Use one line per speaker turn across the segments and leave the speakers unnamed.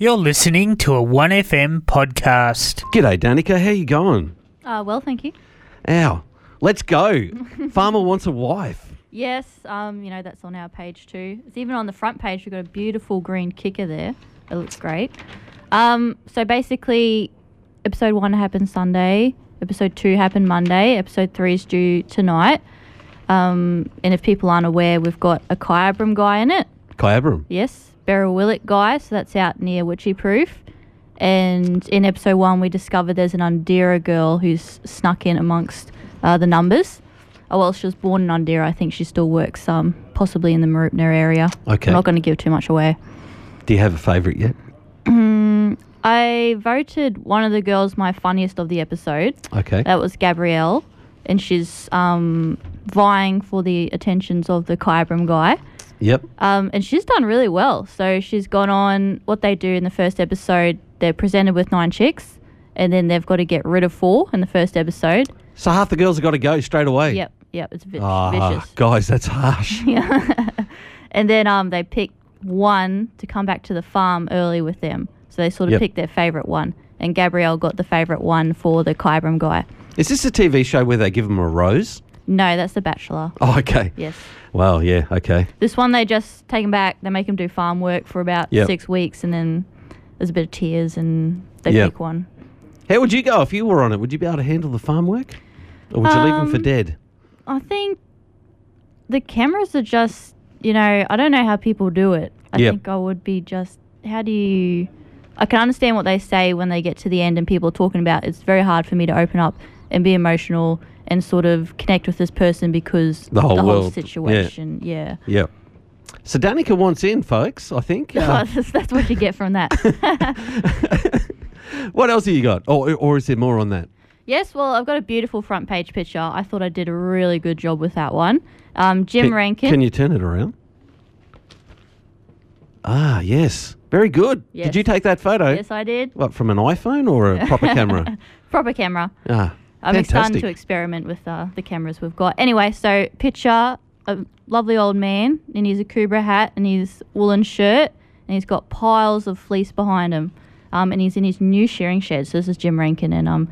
You're listening to a 1FM podcast.
G'day, Danica. How you going?
Uh, well, thank you.
Ow. Let's go. Farmer wants a wife.
Yes, um, you know, that's on our page too. It's even on the front page. We've got a beautiful green kicker there. It looks great. Um, so basically, episode one happened Sunday. Episode two happened Monday. Episode three is due tonight. Um, and if people aren't aware, we've got a Kyabram guy in it.
Kai Abram.
Yes, Beryl Willett guy. So that's out near Witchy Proof. And in episode one, we discovered there's an Undira girl who's snuck in amongst uh, the numbers. Oh, well, she was born in Undira. I think she still works um, possibly in the Marupna area.
Okay.
I'm not going to give too much away.
Do you have a favourite yet?
I voted one of the girls my funniest of the episode.
Okay.
That was Gabrielle, and she's um, vying for the attentions of the Kybram guy.
Yep.
Um, and she's done really well. So she's gone on what they do in the first episode. They're presented with nine chicks, and then they've got to get rid of four in the first episode.
So half the girls have got to go straight away.
Yep, yep, it's vi-
Ah,
vicious.
guys, that's harsh.
Yeah. and then um, they pick one to come back to the farm early with them. So they sort of
Yep.
pick their favorite one, and Gabrielle got the favorite one for the Kybram guy.
Is this a TV show where they give them a rose?
No, that's the Bachelor.
Oh, okay.
Yes.
Well, yeah, okay.
This one they just take him back. They make him do farm work for about
Yep.
six weeks, and then there's a bit of tears, and they
Yep.
pick one.
How would you go if you were on it? Would you be able to handle the farm work? Or would you leave them for
Um,
dead?
I think the cameras are just, you know, I don't know how people do it. I
Yep.
think I would be just, how do you. I can understand what they say when they get to the end and people are talking about it's very hard for me to open up and be emotional and sort of connect with this person because
The whole world, yeah.
situation. Yeah.
Yep. So Danica wants in, folks, I think. Uh,
that's, that's what you get from that.
what else have you got? Or, or is there more on that?
Yes, well, I've got a beautiful front page picture. I thought I did a really good job with that one. Um, Jim
Can-
Rankin.
Can you turn it around? Ah, yes. Very good. Did
Yes.
you take that photo?
yes, I did.
What, from an iPhone or a proper camera?
Proper camera.
Ah,
I'm starting
fantastic.
to experiment with uh, the cameras we've got. Anyway, so picture a lovely old man in his Akubra hat and his woolen shirt, and he's got piles of fleece behind him, um, and he's in his new shearing shed. So this is Jim Rankin, and um,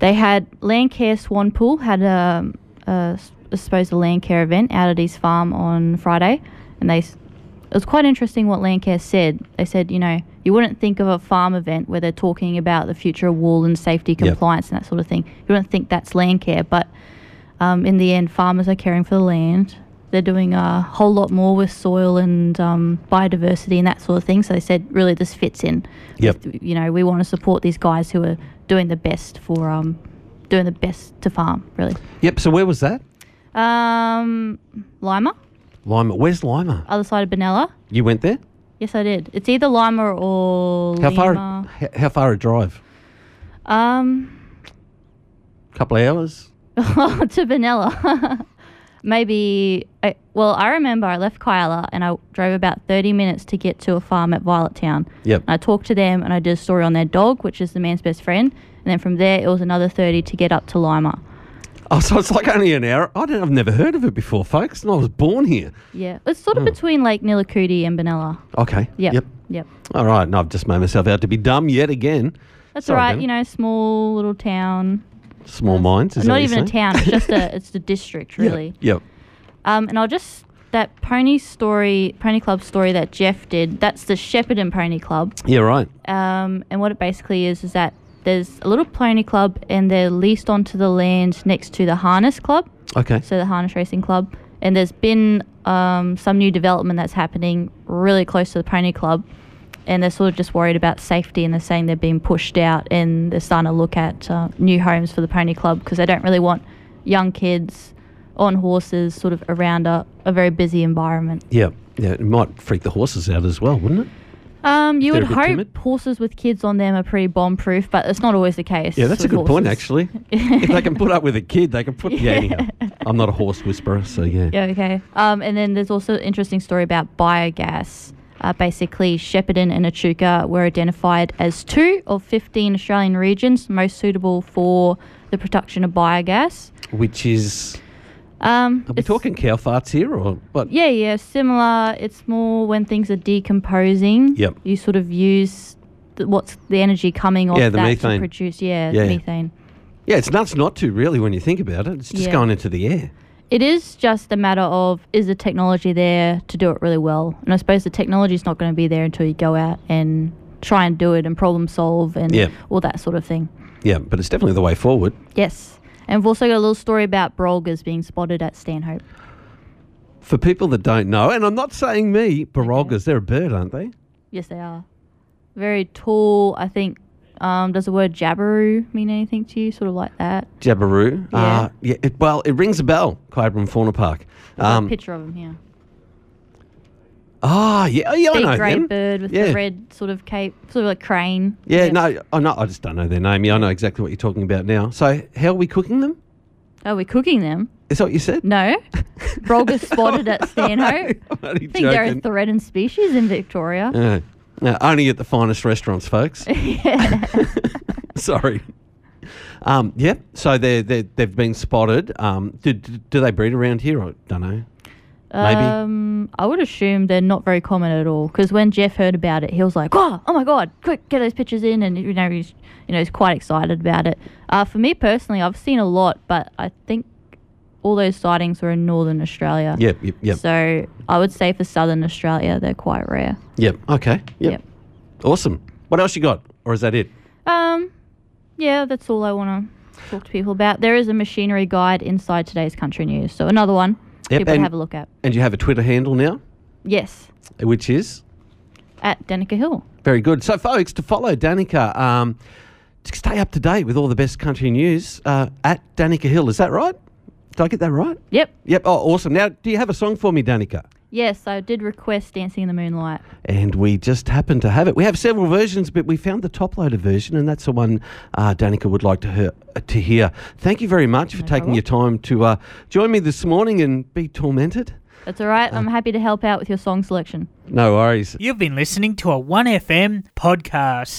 they had Landcare Swanpool had a, a s- I suppose a Landcare event out at his farm on Friday, and they s- it was quite interesting what Landcare said. They said, you know, you wouldn't think of a farm event where they're talking about the future of wool and safety compliance and that sort of thing. You wouldn't think that's Landcare, but um, in the end, farmers are caring for the land. They're doing a whole lot more with soil and um, biodiversity and that sort of thing. So they said, really, this fits in.
Yep.
With- You know, we want to support these guys who are doing the best for um, doing the best to farm, really.
Yep, so where was that?
Um, Lima,
Lima. Where's Lima?
other side of Benalla.
You went there?
Yes, I did. It's either Lima or
How far
Lima.
h- how far a drive?
far? Um,
A couple of hours?
to Vanilla. Maybe. I, well, I remember I left Kyala and I drove about 30 minutes to get to a farm at Violet Town.
Yep.
And I talked to them and I did a story on their dog, which is the man's best friend. And then from there, it was another 30 to get up to Lima.
Oh, so it's like only an hour. I don't, I've never heard of it before, folks, and I was born here.
Yeah. It's sort of between Lake Nilakudi and Benalla.
Okay.
Yep.
Hmm. Yep.
Yep.
All right. No, I've just made myself out to be dumb yet again.
That's
Sorry,
all right.
Dana.
You know, small little town.
Small minds. Is that
Not
what you're
even a
saying?
town. It's just a, it's the district,
Yep,
really.
Yep.
Um, and I'll just that pony story, pony club story that Jeff did. That's the Shepherd and Pony Club.
Yeah, right.
Um, and what it basically is is that there's a little pony club, and they're leased onto the land next to the harness club,
Okay.
so the harness racing club. And there's been um, some new development that's happening really close to the pony club, and they're sort of just worried about safety, and they're saying they're being pushed out, and they're starting to look at uh, new homes for the pony club because they don't really want young kids on horses sort of around a, a very busy environment.
Yeah, yeah, it might freak the horses out as well, wouldn't it?
Um, you
They're
would
a bit
hope
timid.
horses with kids on them are pretty bomb proof, but it's not always the case.
Yeah, that's a
with
good point,
horses.
actually. if they can put up with a kid, they can put. Yeah, anyhow, I'm not a horse whisperer, so yeah.
Yeah, okay. Um, and then there's also an interesting story about biogas. Uh, basically, Shepparton and Echuca were identified as two of 15 Australian regions most suitable for the production of biogas.
Which is
Um,
Are we
it's-
talking cow farts here or what?
Yeah, yeah, similar. It's more when things are decomposing.
Yep.
You sort of use the, what's the energy coming off
Yeah, the
that to
methane.
produce. Yeah,
Yeah, yeah.
methane.
Yeah, it's nuts not to really when you think about it. It's just
Yeah.
going into the air.
It is just a matter of is the technology there to do it really well? And I suppose the technology is not going to be there until you go out and try and do it and problem solve and
Yeah.
all that sort of thing.
Yeah, but it's definitely the way forward.
Yes. And we've also got a little story about Brolgas being spotted at Stanhope.
For people that don't know, and I'm not saying me, Barolgas, they're a bird, aren't they?
Yes, they are. Very tall, I think. Um, does the word jabberoo mean anything to you? Sort of like that.
Jabiru. Uh, yeah it, well, it rings a bell, Cobram Fauna Park.
I've got a
Um,
picture of him here.
Ah, yeah, oh, yeah, I
Big
know
grey
them.
bird with
yeah.
the red sort of cape, sort of like crane.
Yeah, no, I know, I just don't know their name. Yeah, I know exactly what you're talking about now. So, how are we cooking them?
Are we cooking them?
Is that what you said?
No. Brolgas spotted at Stanhope.
I'm only
I think they're a
joking.
threatened species in Victoria.
Yeah. No, only at the finest restaurants, folks. Sorry. Um, yeah, so they're, they're, they've been spotted. Um, do, do do they breed around here? I don't know. Maybe.
Um, I would assume they're not very common at all. Because when Jeff heard about it, he was like, "Oh, oh my god, quick, get those pictures in!" And you know, he's you know, he's quite excited about it. Uh, for me personally, I've seen a lot, but I think all those sightings were in northern Australia.
Yep, yep, yep.
So I would say for southern Australia, they're quite rare.
Yep. Okay. Yep.
Yep.
Awesome. What else you got? Or is that it?
Um, yeah, that's all I want to talk to people about. There is a machinery guide inside today's country news, so another one
Yep,
people to
and-
have a look at.
And you have a Twitter handle now,
Yes,
which is
at Denica Hill.
very good. So, folks, to follow Danica, um, to stay up to date with all the best country news uh, at Danica Hill. Is that right? Did I get that right?
Yep.
Yep. Oh, awesome. Now, do you have a song for me, Danica?
Yes, I did request Dancing in the Moonlight.
And we just happen to have it. We have several versions, but we found the top loader version, and that's the one uh, Danica would like to, hear to hear. Thank you very much for taking
problem.
your time to uh, join me this morning and be tormented.
That's all right. I'm happy to help out with your song selection.
No worries.
You've been listening to a 1FM podcast.